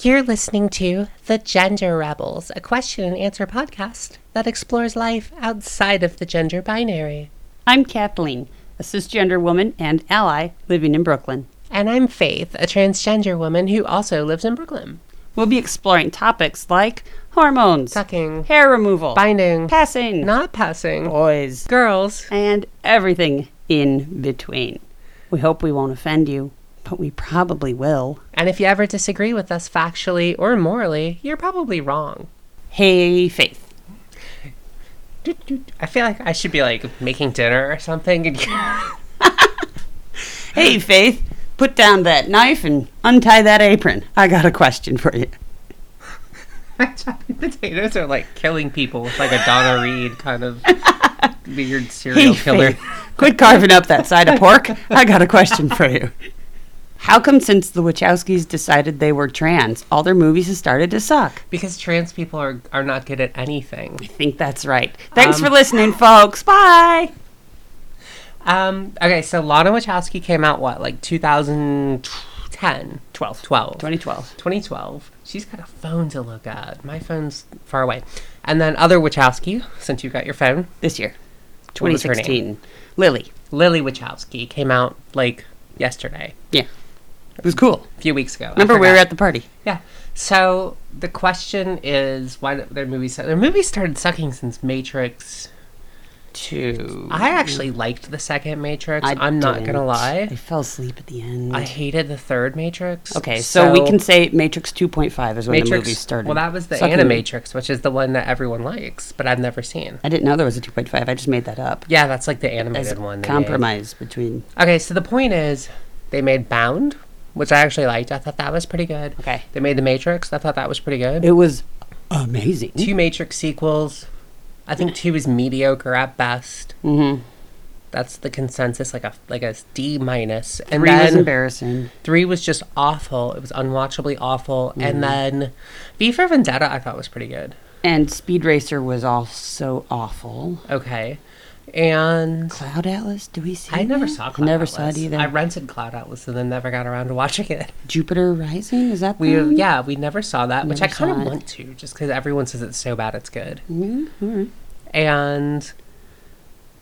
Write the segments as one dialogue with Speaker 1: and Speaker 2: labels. Speaker 1: You're listening to The Gender Rebels, a question and answer podcast that explores life outside of the gender binary.
Speaker 2: I'm Kathleen, a cisgender woman and ally living in Brooklyn.
Speaker 1: And I'm Faith, a transgender woman who also lives in Brooklyn.
Speaker 2: We'll be exploring topics like hormones,
Speaker 1: Sucking,
Speaker 2: hair removal,
Speaker 1: binding,
Speaker 2: passing,
Speaker 1: not passing,
Speaker 2: boys,
Speaker 1: girls.
Speaker 2: and everything in between. We hope we won't offend you, but we probably will.
Speaker 1: And if you ever disagree with us factually or morally, you're probably wrong.
Speaker 2: Hey, Faith.
Speaker 1: I feel like I should be like making dinner or something. And
Speaker 2: Hey, Faith. Put down that knife and untie that apron. I got a question for you.
Speaker 1: chopping potatoes are like killing people with like a Donna Reed kind of weird
Speaker 2: Hey,
Speaker 1: serial killer.
Speaker 2: Faith, quit carving up that side of pork. I got a question for you. How come since the Wachowskis decided they were trans, all their movies have started to suck?
Speaker 1: Because trans people are, are not good at anything.
Speaker 2: I think that's right. Thanks
Speaker 1: Um,
Speaker 2: for listening, folks. Bye.
Speaker 1: Um, okay, so Lana Wachowski came out, what, like 2010? 12. 12.
Speaker 2: 2012.
Speaker 1: 2012. She's got a phone to look at. My phone's far away. And then other Wachowski, since you got your phone,
Speaker 2: This year.
Speaker 1: What was her name?
Speaker 2: 2016. Lily.
Speaker 1: Lily Wachowski came out like yesterday,
Speaker 2: Yeah. It was cool.
Speaker 1: a few weeks ago. I
Speaker 2: Remember, we were
Speaker 1: forgot.
Speaker 2: at the party.
Speaker 1: Yeah. So the question is why don't their movies their movies started sucking since Matrix
Speaker 2: Two.
Speaker 1: I actually liked the second Matrix. I am not
Speaker 2: didn't.
Speaker 1: gonna
Speaker 2: I
Speaker 1: lie.
Speaker 2: fell asleep at the end.
Speaker 1: I hated the third Matrix.
Speaker 2: okay, so, we can say Matrix 2.5 is when the movie started.
Speaker 1: Well, that was the
Speaker 2: Sucking-
Speaker 1: Animatrix, which is the one that everyone likes, but I've never seen.
Speaker 2: I didn't know there was a 2.5. I just made that up.
Speaker 1: Yeah, that's like the
Speaker 2: As
Speaker 1: animated
Speaker 2: a
Speaker 1: one. they made.
Speaker 2: compromise between.
Speaker 1: Okay, so the point is, they made Bound, which I actually liked. I thought that was pretty good.
Speaker 2: Okay.
Speaker 1: They made the Matrix. I thought that was pretty good.
Speaker 2: It was amazing.
Speaker 1: two Matrix sequels. I think two is mediocre at best.
Speaker 2: Mm-hmm.
Speaker 1: That's the consensus, like a like a D minus. And
Speaker 2: Three was
Speaker 1: then
Speaker 2: embarrassing.
Speaker 1: three was just awful. It was unwatchably awful.
Speaker 2: Mm-hmm.
Speaker 1: And then V for Vendetta, I thought was pretty good.
Speaker 2: And Speed Racer was also awful.
Speaker 1: Okay, and
Speaker 2: Cloud Atlas? Do we see?
Speaker 1: I never
Speaker 2: that?
Speaker 1: saw.
Speaker 2: I
Speaker 1: Cloud
Speaker 2: never
Speaker 1: Atlas.
Speaker 2: saw it either.
Speaker 1: I rented Cloud Atlas and then never got around to watching it.
Speaker 2: Jupiter Rising? Is that
Speaker 1: We
Speaker 2: the one?
Speaker 1: yeah, we never saw that, which I
Speaker 2: Hmm.
Speaker 1: kind
Speaker 2: Never saw
Speaker 1: of
Speaker 2: it.
Speaker 1: want to, just because everyone says it's so bad, it's good.
Speaker 2: Mhm, all right.
Speaker 1: and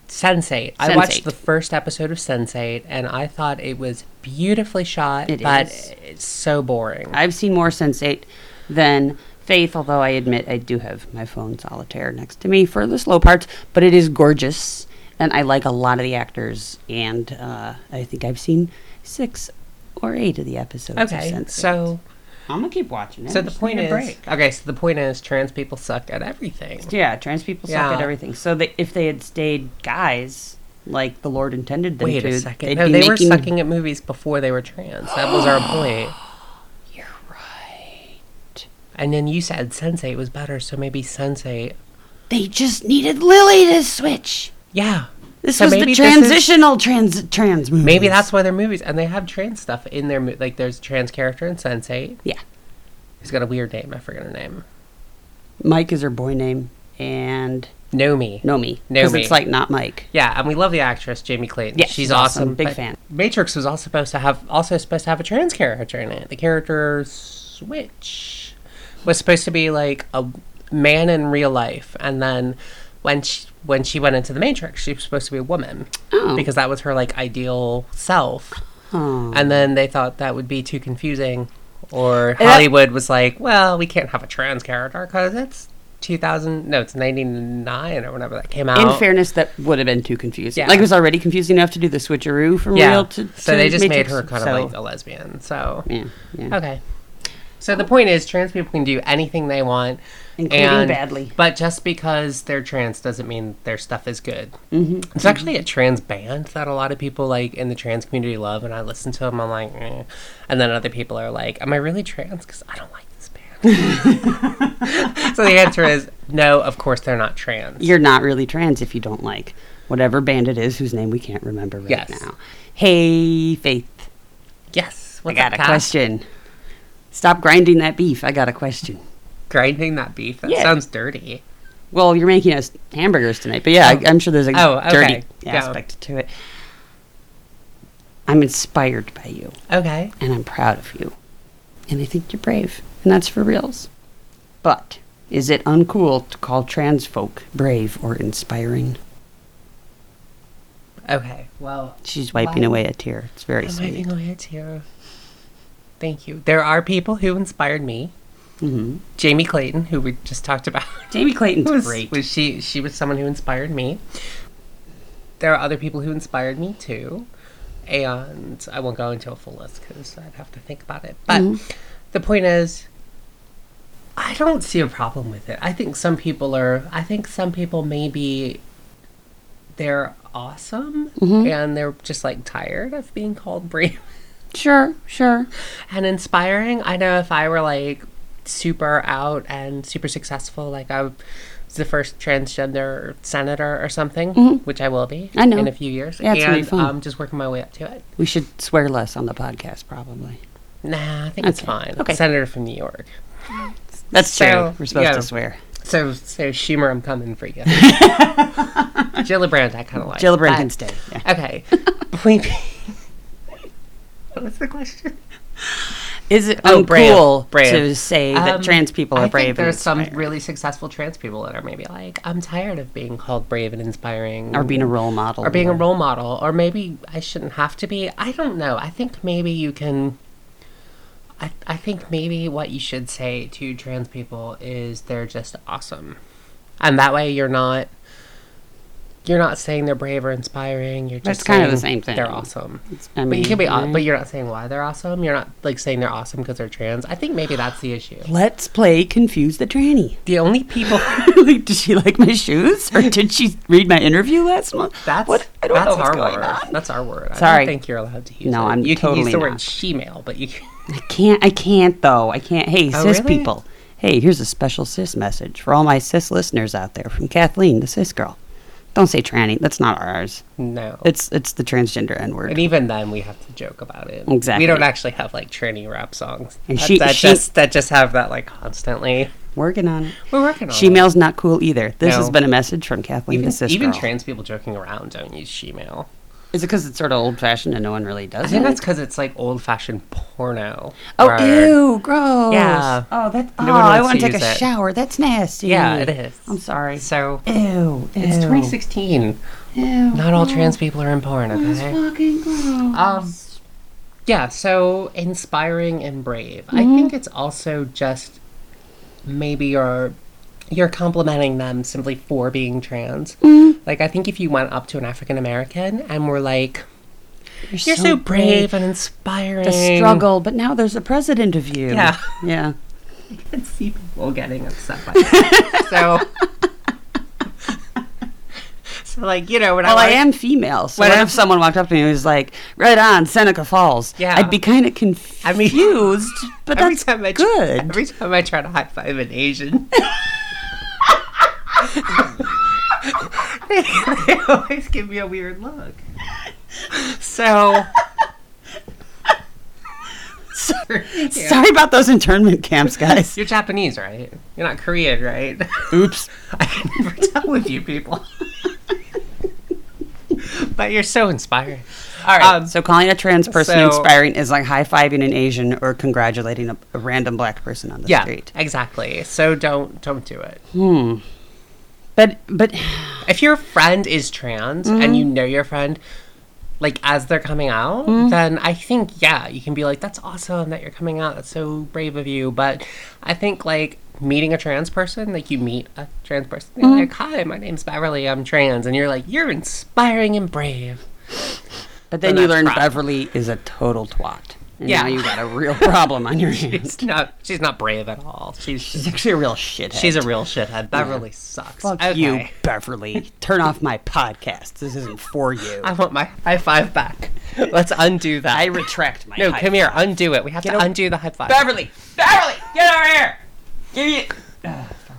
Speaker 1: Sense8. I
Speaker 2: Sense8.
Speaker 1: watched the first episode of Sense8 and I thought it was beautifully shot,
Speaker 2: It
Speaker 1: but
Speaker 2: is.
Speaker 1: it's so boring.
Speaker 2: I've seen more Sense Eight than Faith, although I admit I do have my phone solitaire next to me for the slow parts. But it is gorgeous, and I like a lot of the actors. And uh, I think I've seen six or eight of the episodes. of
Speaker 1: okay,
Speaker 2: Sense8.
Speaker 1: so
Speaker 2: I'm gonna keep watching it.
Speaker 1: so
Speaker 2: I
Speaker 1: the
Speaker 2: just
Speaker 1: point
Speaker 2: need a
Speaker 1: is
Speaker 2: break.
Speaker 1: okay. So the point is trans people suck at everything.
Speaker 2: Yeah, trans people suck
Speaker 1: Yeah.
Speaker 2: at everything. So they, if they had stayed guys, like the Lord intended them
Speaker 1: Wait
Speaker 2: to,
Speaker 1: a second.
Speaker 2: they'd
Speaker 1: No,
Speaker 2: be
Speaker 1: they were
Speaker 2: making-
Speaker 1: sucking at movies before they were trans. That was our point.
Speaker 2: You're right.
Speaker 1: And then you said Sense8 was better, so maybe Sense8.
Speaker 2: They just needed Lily to switch.
Speaker 1: Yeah,
Speaker 2: This
Speaker 1: So
Speaker 2: was
Speaker 1: maybe
Speaker 2: the
Speaker 1: this is-
Speaker 2: transitional trans trans movie.
Speaker 1: maybe that's why they're movies, and they have trans stuff in their mo- like. There's a trans character in Sense8.
Speaker 2: Yeah.
Speaker 1: He's got a weird name. I forget her name.
Speaker 2: Mike is her boy name, and
Speaker 1: Nomi.
Speaker 2: Nomi because
Speaker 1: Nomi.
Speaker 2: it's like not Mike.
Speaker 1: Yeah, and we love the actress Jamie Clayton.
Speaker 2: Yeah,
Speaker 1: she's,
Speaker 2: she's
Speaker 1: awesome.
Speaker 2: awesome. Big
Speaker 1: but
Speaker 2: fan.
Speaker 1: Matrix was also supposed to have also supposed to have a trans character in it. The character Switch was supposed to be like a man in real life, and then when she when she went into the Matrix, she was supposed to be a woman
Speaker 2: Oh.
Speaker 1: because that was her like ideal self.
Speaker 2: Oh.
Speaker 1: And then they thought that would be too confusing, or
Speaker 2: And that-
Speaker 1: Hollywood was like, "Well, we can't have a trans character because it's 2000 no, it's 99 or whenever that came out."
Speaker 2: In fairness, that would have been too confusing.
Speaker 1: Oh. Yeah.
Speaker 2: Like it was already confusing enough to do the switcheroo from real to, to
Speaker 1: so they just
Speaker 2: Matrix,
Speaker 1: made her kind
Speaker 2: so-
Speaker 1: of like a lesbian. So
Speaker 2: yeah, yeah.
Speaker 1: okay. So the point is, trans people can do anything they want,
Speaker 2: Including
Speaker 1: and-
Speaker 2: badly.
Speaker 1: But just because they're trans doesn't mean their stuff is good. Mm-hmm. It's actually a trans band that a lot of people like in the trans community love, and I listen to them. I'm like, eh. and then other people are like, "Am I really trans? Because I don't like this band." so the answer is no. Of course, they're not trans.
Speaker 2: You're not really trans if you don't like whatever band it is whose name we can't remember right
Speaker 1: Yes.
Speaker 2: now. Hey, Faith,
Speaker 1: Yes,
Speaker 2: I
Speaker 1: what's
Speaker 2: got
Speaker 1: up,
Speaker 2: a
Speaker 1: Kat?
Speaker 2: question. Stop grinding that beef. I got a question.
Speaker 1: Grinding that beef. That
Speaker 2: Yeah.
Speaker 1: sounds dirty.
Speaker 2: Well, you're making us hamburgers tonight, but yeah, I, I'm sure there's a
Speaker 1: Oh, okay.
Speaker 2: dirty
Speaker 1: Yeah.
Speaker 2: aspect to it. I'm inspired by you,
Speaker 1: Okay.
Speaker 2: and I'm proud of you. and I think you're brave, and that's for reals. But is it uncool to call trans folk brave or inspiring?
Speaker 1: Okay. Well,
Speaker 2: She's wiping
Speaker 1: Wow.
Speaker 2: away a tear. It's very
Speaker 1: I'm
Speaker 2: sweet.
Speaker 1: wiping away a tear. Thank you. There are people who inspired me.
Speaker 2: hmm
Speaker 1: Jamie Clayton, who we just talked about,
Speaker 2: Jamie Clayton's
Speaker 1: was,
Speaker 2: great.
Speaker 1: was she? She was someone who inspired me. There are other people who inspired me too, and I won't go into a full list because I'd have to think about it. But the point is, I don't see a problem with it. I think some people are. I think some people maybe they're awesome and they're just like tired of being called brave
Speaker 2: Sure, sure.
Speaker 1: and inspiring. I know if I were like super out and super successful, like I was the first transgender senator or something, which I will be
Speaker 2: Mm-hmm. I know.
Speaker 1: in a few years,
Speaker 2: Yeah, it's gonna be
Speaker 1: and
Speaker 2: fun.
Speaker 1: um, just working my way up to it.
Speaker 2: We should swear less on the podcast, probably.
Speaker 1: Nah, I think it's
Speaker 2: Okay.
Speaker 1: fine.
Speaker 2: Okay.
Speaker 1: senator from New York.
Speaker 2: That's true.
Speaker 1: So,
Speaker 2: We're supposed
Speaker 1: yeah.
Speaker 2: to swear.
Speaker 1: So, so Schumer, I'm coming for you. Gillibrand, I kind of like.
Speaker 2: Gillibrand
Speaker 1: but-
Speaker 2: can stay. Yeah.
Speaker 1: Okay. Point being- what was the question?
Speaker 2: Is it
Speaker 1: Oh,
Speaker 2: uncool
Speaker 1: brave, brave.
Speaker 2: to say that
Speaker 1: Um,
Speaker 2: trans people are
Speaker 1: I
Speaker 2: brave?
Speaker 1: Think there's
Speaker 2: and
Speaker 1: some
Speaker 2: inspiring?
Speaker 1: really successful trans people that are maybe like, I'm tired of being called brave and inspiring,
Speaker 2: or being a role model,
Speaker 1: or being a role model, or maybe I shouldn't have to be. I don't know. I think maybe you can. I, I think maybe what you should say to trans people is they're just awesome, and that way you're not. You're not saying they're brave or inspiring. You're
Speaker 2: That's
Speaker 1: just
Speaker 2: kind of the
Speaker 1: saying
Speaker 2: same thing.
Speaker 1: They're awesome.
Speaker 2: I mean,
Speaker 1: But you can be, aw-
Speaker 2: right?
Speaker 1: but you're not saying why they're awesome. You're not like saying they're awesome because they're trans. I think maybe that's the issue.
Speaker 2: Let's play confuse the tranny.
Speaker 1: The only people
Speaker 2: like, did she like my shoes, or did she read my interview last month?
Speaker 1: that's
Speaker 2: what I don't
Speaker 1: that's
Speaker 2: know what's
Speaker 1: our
Speaker 2: going
Speaker 1: word.
Speaker 2: on.
Speaker 1: That's our word. I
Speaker 2: Sorry.
Speaker 1: don't think you're allowed to use.
Speaker 2: No,
Speaker 1: it.
Speaker 2: I'm
Speaker 1: You can use
Speaker 2: totally
Speaker 1: the word
Speaker 2: not.
Speaker 1: shemale, but you can,
Speaker 2: I can't. I can't though. I can't. Hey,
Speaker 1: Oh,
Speaker 2: cis
Speaker 1: really?
Speaker 2: people. Hey, here's a special cis message for all my cis listeners out there from Kathleen, the cis girl. Don't say tranny. That's not ours.
Speaker 1: no.
Speaker 2: It's it's the transgender N word.
Speaker 1: and even then, we have to joke about it.
Speaker 2: Exactly.
Speaker 1: We don't actually have like tranny rap songs.
Speaker 2: And
Speaker 1: that,
Speaker 2: she-
Speaker 1: that
Speaker 2: she-
Speaker 1: just that just have that like constantly.
Speaker 2: Working on it.
Speaker 1: We're working on it.
Speaker 2: Shemale's not cool either. This has
Speaker 1: Oh. No.
Speaker 2: been a message from Kathleen,
Speaker 1: Even,
Speaker 2: the cis
Speaker 1: even
Speaker 2: girl.
Speaker 1: trans people joking around don't use shemale.
Speaker 2: Is it because it's sort of old fashioned and no one really does
Speaker 1: I think
Speaker 2: it?
Speaker 1: that's because it's like old fashioned porno.
Speaker 2: Oh,
Speaker 1: where-
Speaker 2: ew, gross.
Speaker 1: Yeah.
Speaker 2: Oh, that's.
Speaker 1: No
Speaker 2: Oh,
Speaker 1: one
Speaker 2: I
Speaker 1: wants
Speaker 2: want
Speaker 1: to
Speaker 2: to take
Speaker 1: use
Speaker 2: a
Speaker 1: it.
Speaker 2: shower. That's nasty.
Speaker 1: Yeah, it is.
Speaker 2: I'm sorry.
Speaker 1: So
Speaker 2: Ew. ew.
Speaker 1: it's 2016.
Speaker 2: Ew. Oh,
Speaker 1: Not all trans people are in porn. Okay.
Speaker 2: Fucking gross.
Speaker 1: Um, yeah, so inspiring and brave. I think it's also just maybe you're you're complimenting them simply for being trans. Like I think if you went up to an African American and were like, "You're so, brave, and inspiring,"
Speaker 2: The struggle, but now there's a president of you.
Speaker 1: Yeah.
Speaker 2: Yeah.
Speaker 1: I could see people getting upset by that. so. So like you know when
Speaker 2: Well,
Speaker 1: I,
Speaker 2: I
Speaker 1: was-
Speaker 2: am female. So
Speaker 1: When
Speaker 2: what
Speaker 1: I-
Speaker 2: if someone walked up to me and was like, right on, Seneca Falls?
Speaker 1: Yeah.
Speaker 2: I'd be kind of
Speaker 1: I mean-
Speaker 2: confused, but
Speaker 1: every
Speaker 2: that's
Speaker 1: time I tr-
Speaker 2: good.
Speaker 1: every time I try to high five an Asian, they, they always give me a weird look. So
Speaker 2: Sorry sorry about those internment camps, guys.
Speaker 1: you're Japanese, right? You're not Korean, right?
Speaker 2: Oops.
Speaker 1: I can never tell with you people. but you're so inspiring. All right.
Speaker 2: so calling a trans person
Speaker 1: Um, so-
Speaker 2: inspiring is like high fiving an Asian or congratulating a, a random black person on the
Speaker 1: yeah,
Speaker 2: street.
Speaker 1: exactly. So don't don't do it.
Speaker 2: But but
Speaker 1: if your friend is trans and
Speaker 2: Mm-hmm.
Speaker 1: you know your friend like as they're coming out then i think yeah you can be like that's awesome that you're coming out that's so brave of you but i think like meeting a trans person like you meet a trans person they're like
Speaker 2: Mm-hmm.
Speaker 1: hi my name's beverly i'm trans and you're like you're inspiring and brave
Speaker 2: but then
Speaker 1: Then
Speaker 2: you
Speaker 1: that's
Speaker 2: learn
Speaker 1: problem.
Speaker 2: Beverly is a total twat. And
Speaker 1: Yeah.
Speaker 2: Now you got a real problem on your hands.
Speaker 1: it's not she's not brave at all she's
Speaker 2: She's actually a real shithead.
Speaker 1: she's a real shithead beverly sucks
Speaker 2: Fuck
Speaker 1: Okay.
Speaker 2: you, Beverly. Turn off my podcast. This isn't for you.
Speaker 1: i want my high five back let's undo that
Speaker 2: I retract my.
Speaker 1: no
Speaker 2: high
Speaker 1: come here undo it we have to
Speaker 2: over-
Speaker 1: undo the high five
Speaker 2: Beverly. Beverly, get over here. Give you. Ah, fuck.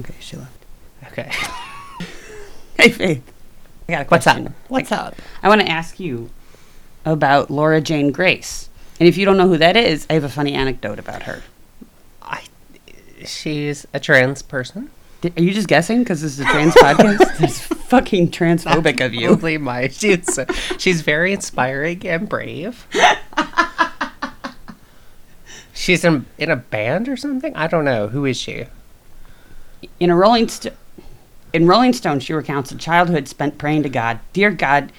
Speaker 2: Okay, she left.
Speaker 1: okay
Speaker 2: Hey, Faith. I got a
Speaker 1: What's up?
Speaker 2: question.
Speaker 1: What's up?
Speaker 2: I want to ask you about Laura Jane Grace. And if you don't know who that is, I have a funny anecdote about her.
Speaker 1: I, she's a trans person.
Speaker 2: Di- Are you just guessing because this is a trans podcast? That's fucking transphobic of you.
Speaker 1: Probably my. She's she's very inspiring and brave. She's in in a band or something. I don't know. Who is she?
Speaker 2: In a Rolling St- in Rolling Stone, she recounts a childhood spent praying to God, "Dear God,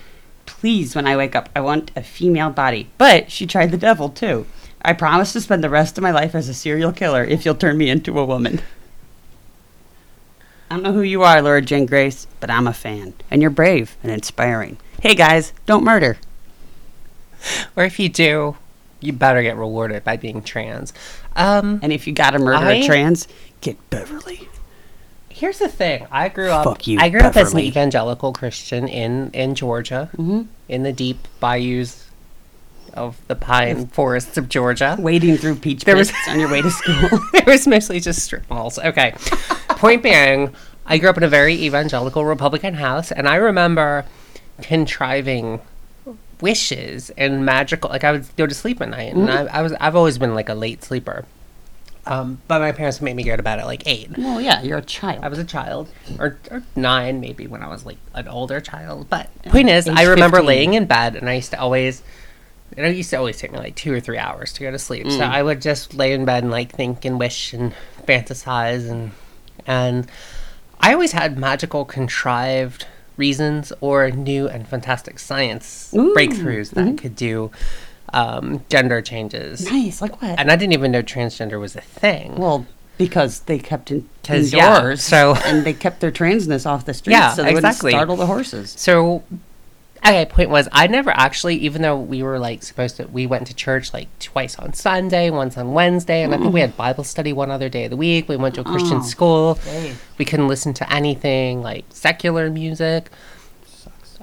Speaker 2: please, when I wake up, I want a female body." But she tried the devil too. I promise to spend the rest of my life as a serial killer if you'll turn me into a woman. I don't know who you are, Laura Jane Grace, but I'm a fan, and you're brave and inspiring. Hey guys, don't murder.
Speaker 1: Or if you do, you better get rewarded by being trans. Um,
Speaker 2: And if you gotta murder a
Speaker 1: I-
Speaker 2: trans, get Beverly.
Speaker 1: here's the thing. I grew up.
Speaker 2: Fuck you,
Speaker 1: I grew up as an
Speaker 2: Beverly. Mm-hmm.
Speaker 1: evangelical Christian in in Georgia, in the deep bayous of the pine forests of Georgia.
Speaker 2: Wading through peach
Speaker 1: There was-
Speaker 2: pits on your way to school.
Speaker 1: it was mostly just strip malls. Okay. Point being, I grew up in a very evangelical Republican house, and I remember contriving wishes and magical. Like I would go to sleep at night, and I, I was I've always been like a late sleeper. Um, but my parents made me go to bed at like eight.
Speaker 2: well, yeah, you're a child.
Speaker 1: I was a child, or, or nine maybe when I was like an older child. But point is, I remember
Speaker 2: 15.
Speaker 1: laying in bed, and I used to always, it used to always take me like two or three hours to go to sleep. So I would just lay in bed and like think and wish and fantasize, and and I always had magical, contrived reasons or new and fantastic science breakthroughs that
Speaker 2: Mm-hmm.
Speaker 1: could do um, gender changes.
Speaker 2: nice, like what?
Speaker 1: And I didn't even know transgender was a thing.
Speaker 2: well, because they kept in
Speaker 1: 'Cause,
Speaker 2: in
Speaker 1: yeah,
Speaker 2: yours,
Speaker 1: so-
Speaker 2: and they kept their transness off the streets,
Speaker 1: Yeah,
Speaker 2: so they
Speaker 1: exactly.
Speaker 2: wouldn't startle the horses.
Speaker 1: So, okay, point was, I never actually, even though we were like supposed to, we went to church like twice on Sunday, once on Wednesday, and I think we
Speaker 2: Mm.
Speaker 1: had Bible study one other day of the week. We
Speaker 2: Oh,
Speaker 1: went to a Christian school. We couldn't listen to anything like secular music.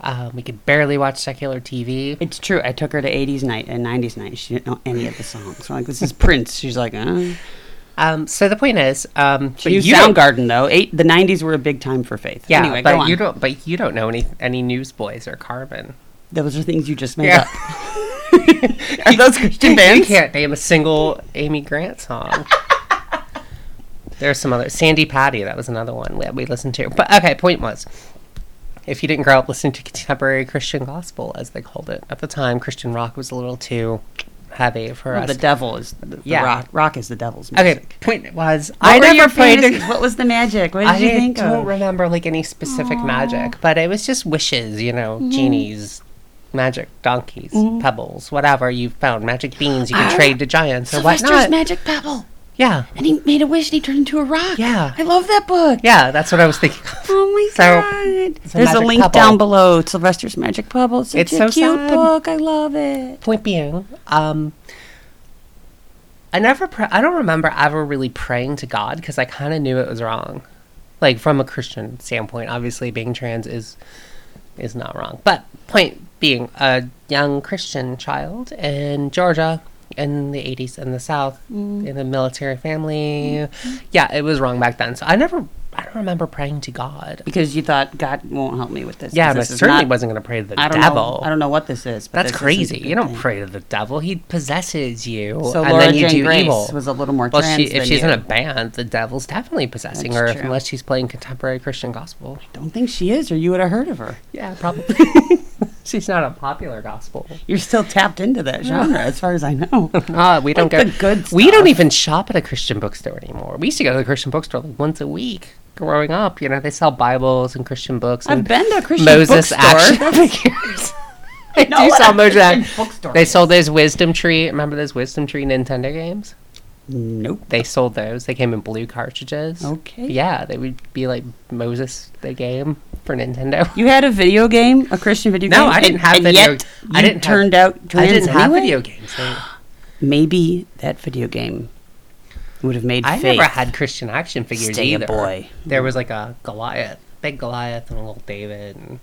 Speaker 1: Um, we could barely watch secular TV.
Speaker 2: It's true. I took her to '80s night and '90s night. She didn't know any of the songs. I'm like, this is Prince. She's like, uh.
Speaker 1: Um, so the point is, um,
Speaker 2: but you
Speaker 1: don't-
Speaker 2: Soundgarden though. Eight, the '90s were a big time for Faith.
Speaker 1: yeah,
Speaker 2: anyway,
Speaker 1: but
Speaker 2: go on.
Speaker 1: you don't, but you don't know any any Newsboys or Carmen.
Speaker 2: Those are things you just made
Speaker 1: Yeah.
Speaker 2: up. are those Christian bands?
Speaker 1: You can't name a single Amy Grant song. There's some other Sandy Patty. That was another one that we listened to. But okay, point was, if you didn't grow up listening to contemporary Christian gospel, as they called it at the time, Christian rock was a little too heavy for
Speaker 2: Well,
Speaker 1: us.
Speaker 2: the devil is the, the
Speaker 1: Yeah.
Speaker 2: rock. Rock is the devil's music.
Speaker 1: okay, point was,
Speaker 2: What
Speaker 1: I
Speaker 2: were your
Speaker 1: never played. a-
Speaker 2: fantasies? what was the magic? What did
Speaker 1: I
Speaker 2: you think
Speaker 1: don't
Speaker 2: of?
Speaker 1: remember like any specific magic, but it was just wishes, you know,
Speaker 2: Mm-hmm.
Speaker 1: genies, magic donkeys, pebbles, whatever you found, magic beans you can trade to giants or whatnot.
Speaker 2: magic pebble,
Speaker 1: yeah,
Speaker 2: and he made a wish and he turned into a rock.
Speaker 1: Yeah. I
Speaker 2: love that book.
Speaker 1: Yeah, that's what I was thinking. of.
Speaker 2: Oh my
Speaker 1: So,
Speaker 2: god!
Speaker 1: it's a
Speaker 2: There's a
Speaker 1: magic
Speaker 2: link
Speaker 1: pebble.
Speaker 2: down below. Sylvester's Magic Pebble. It's such
Speaker 1: It's
Speaker 2: a
Speaker 1: so
Speaker 2: cute
Speaker 1: sad.
Speaker 2: book. I love it.
Speaker 1: Point being, um, I never, pr- I don't remember ever really praying to God because I kind of knew it was wrong. Like from a Christian standpoint, obviously being trans is is not wrong. But point being, a young Christian child in Georgia in the 80s in the South
Speaker 2: Mm.
Speaker 1: in a military family,
Speaker 2: Mm-hmm.
Speaker 1: yeah, it was wrong back then. So I never, I don't remember praying to God.
Speaker 2: Because you thought God won't help me with this.
Speaker 1: Yeah,
Speaker 2: 'cause
Speaker 1: and I
Speaker 2: this is
Speaker 1: certainly
Speaker 2: not-
Speaker 1: wasn't going to pray to the
Speaker 2: I don't
Speaker 1: devil.
Speaker 2: know. I don't know what this is. But
Speaker 1: That's
Speaker 2: this isn't a
Speaker 1: crazy.
Speaker 2: good
Speaker 1: You don't
Speaker 2: thing.
Speaker 1: pray to the devil. He possesses you,
Speaker 2: So
Speaker 1: and
Speaker 2: Laura
Speaker 1: then you
Speaker 2: Jane
Speaker 1: do
Speaker 2: Grace
Speaker 1: evil.
Speaker 2: was a little more
Speaker 1: well,
Speaker 2: trans
Speaker 1: she, if
Speaker 2: than
Speaker 1: she's
Speaker 2: you.
Speaker 1: in a band, the devil's definitely possessing
Speaker 2: That's
Speaker 1: her,
Speaker 2: true.
Speaker 1: unless she's playing contemporary Christian gospel.
Speaker 2: Don't think she is, or you would have heard of her.
Speaker 1: Yeah, probably. she's not a popular gospel.
Speaker 2: You're still tapped into that genre, as far as I know.
Speaker 1: Ah, we don't
Speaker 2: Like
Speaker 1: go.
Speaker 2: the good
Speaker 1: We don't
Speaker 2: stuff.
Speaker 1: even shop at a Christian bookstore anymore. We used to go to the Christian bookstore like once a week. Growing up, you know, they sell Bibles and Christian books.
Speaker 2: I've
Speaker 1: and
Speaker 2: been to a Christian
Speaker 1: Moses
Speaker 2: bookstore.
Speaker 1: action figures. they
Speaker 2: know
Speaker 1: do
Speaker 2: what
Speaker 1: sell
Speaker 2: a
Speaker 1: Moses
Speaker 2: Christian
Speaker 1: action-
Speaker 2: bookstore
Speaker 1: They
Speaker 2: is.
Speaker 1: sold those Wisdom Tree. Remember those Wisdom Tree Nintendo games?
Speaker 2: Nope.
Speaker 1: They sold those. They came in blue cartridges.
Speaker 2: Okay.
Speaker 1: Yeah, they would be like Moses the game for Nintendo.
Speaker 2: You had a video game, a Christian video
Speaker 1: No,
Speaker 2: game.
Speaker 1: I didn't
Speaker 2: and-
Speaker 1: have
Speaker 2: and
Speaker 1: video-
Speaker 2: Yet
Speaker 1: I
Speaker 2: you
Speaker 1: didn't have-
Speaker 2: turned out
Speaker 1: I
Speaker 2: trans
Speaker 1: didn't have
Speaker 2: anyway?
Speaker 1: video games. so
Speaker 2: Maybe that video game would have made
Speaker 1: I
Speaker 2: Faith
Speaker 1: never had Christian action figures
Speaker 2: Stay a
Speaker 1: either.
Speaker 2: boy.
Speaker 1: There was like a Goliath, big Goliath, and a little David. And you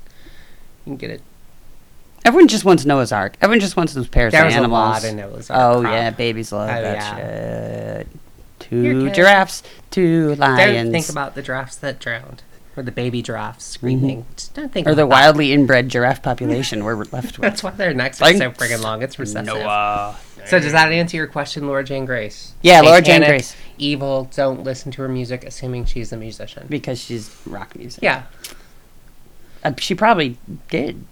Speaker 1: can get it.
Speaker 2: Everyone just wants Noah's Ark. Everyone just wants those pairs
Speaker 1: There
Speaker 2: of
Speaker 1: was a
Speaker 2: animals.
Speaker 1: lot of Noah's Ark
Speaker 2: Oh
Speaker 1: crap.
Speaker 2: yeah, babies love
Speaker 1: Oh,
Speaker 2: that shit. Two
Speaker 1: good.
Speaker 2: giraffes, two lions,
Speaker 1: Don't think about the giraffes that drowned or the baby giraffes screaming. Just don't think
Speaker 2: Mm-hmm. or the
Speaker 1: about that.
Speaker 2: wildly inbred giraffe population we're left with.
Speaker 1: That's why their necks are so
Speaker 2: Thanks,
Speaker 1: friggin' long. It's recessive.
Speaker 2: Noah.
Speaker 1: So does that answer your question, Laura Jane Grace?
Speaker 2: Yeah, Laura Jane
Speaker 1: Satanic,
Speaker 2: Grace.
Speaker 1: Evil. Don't listen to her music, assuming she's a musician.
Speaker 2: Because she's rock music.
Speaker 1: yeah,
Speaker 2: Uh, she probably did.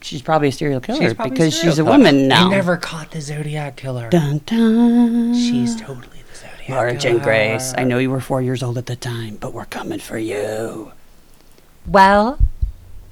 Speaker 2: she's probably a serial killer
Speaker 1: She's probably
Speaker 2: because
Speaker 1: serial
Speaker 2: she's a
Speaker 1: killer.
Speaker 2: woman now.
Speaker 1: I never caught the Zodiac killer.
Speaker 2: Dun, dun.
Speaker 1: She's totally the Zodiac
Speaker 2: Laura
Speaker 1: killer.
Speaker 2: Jane Grace. I know you were four years old at the time, but we're coming for you.
Speaker 1: Well,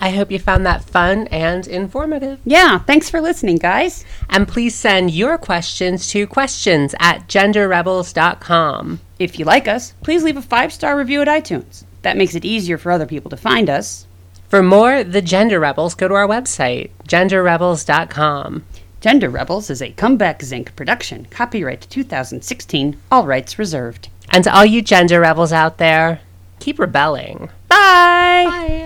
Speaker 1: I hope you found that fun and informative.
Speaker 2: Yeah, thanks for listening, guys.
Speaker 1: And please send your questions to questions at genderrebels.com.
Speaker 2: If you like us, please leave a five star review at iTunes. That makes it easier for other people to find us.
Speaker 1: For more The Gender Rebels, go to our website, genderrebels.com.
Speaker 2: Gender Rebels is a comeback zinc production, copyright 2016, all rights reserved.
Speaker 1: And to all you gender rebels out there, keep rebelling.
Speaker 2: Bye!
Speaker 1: Bye.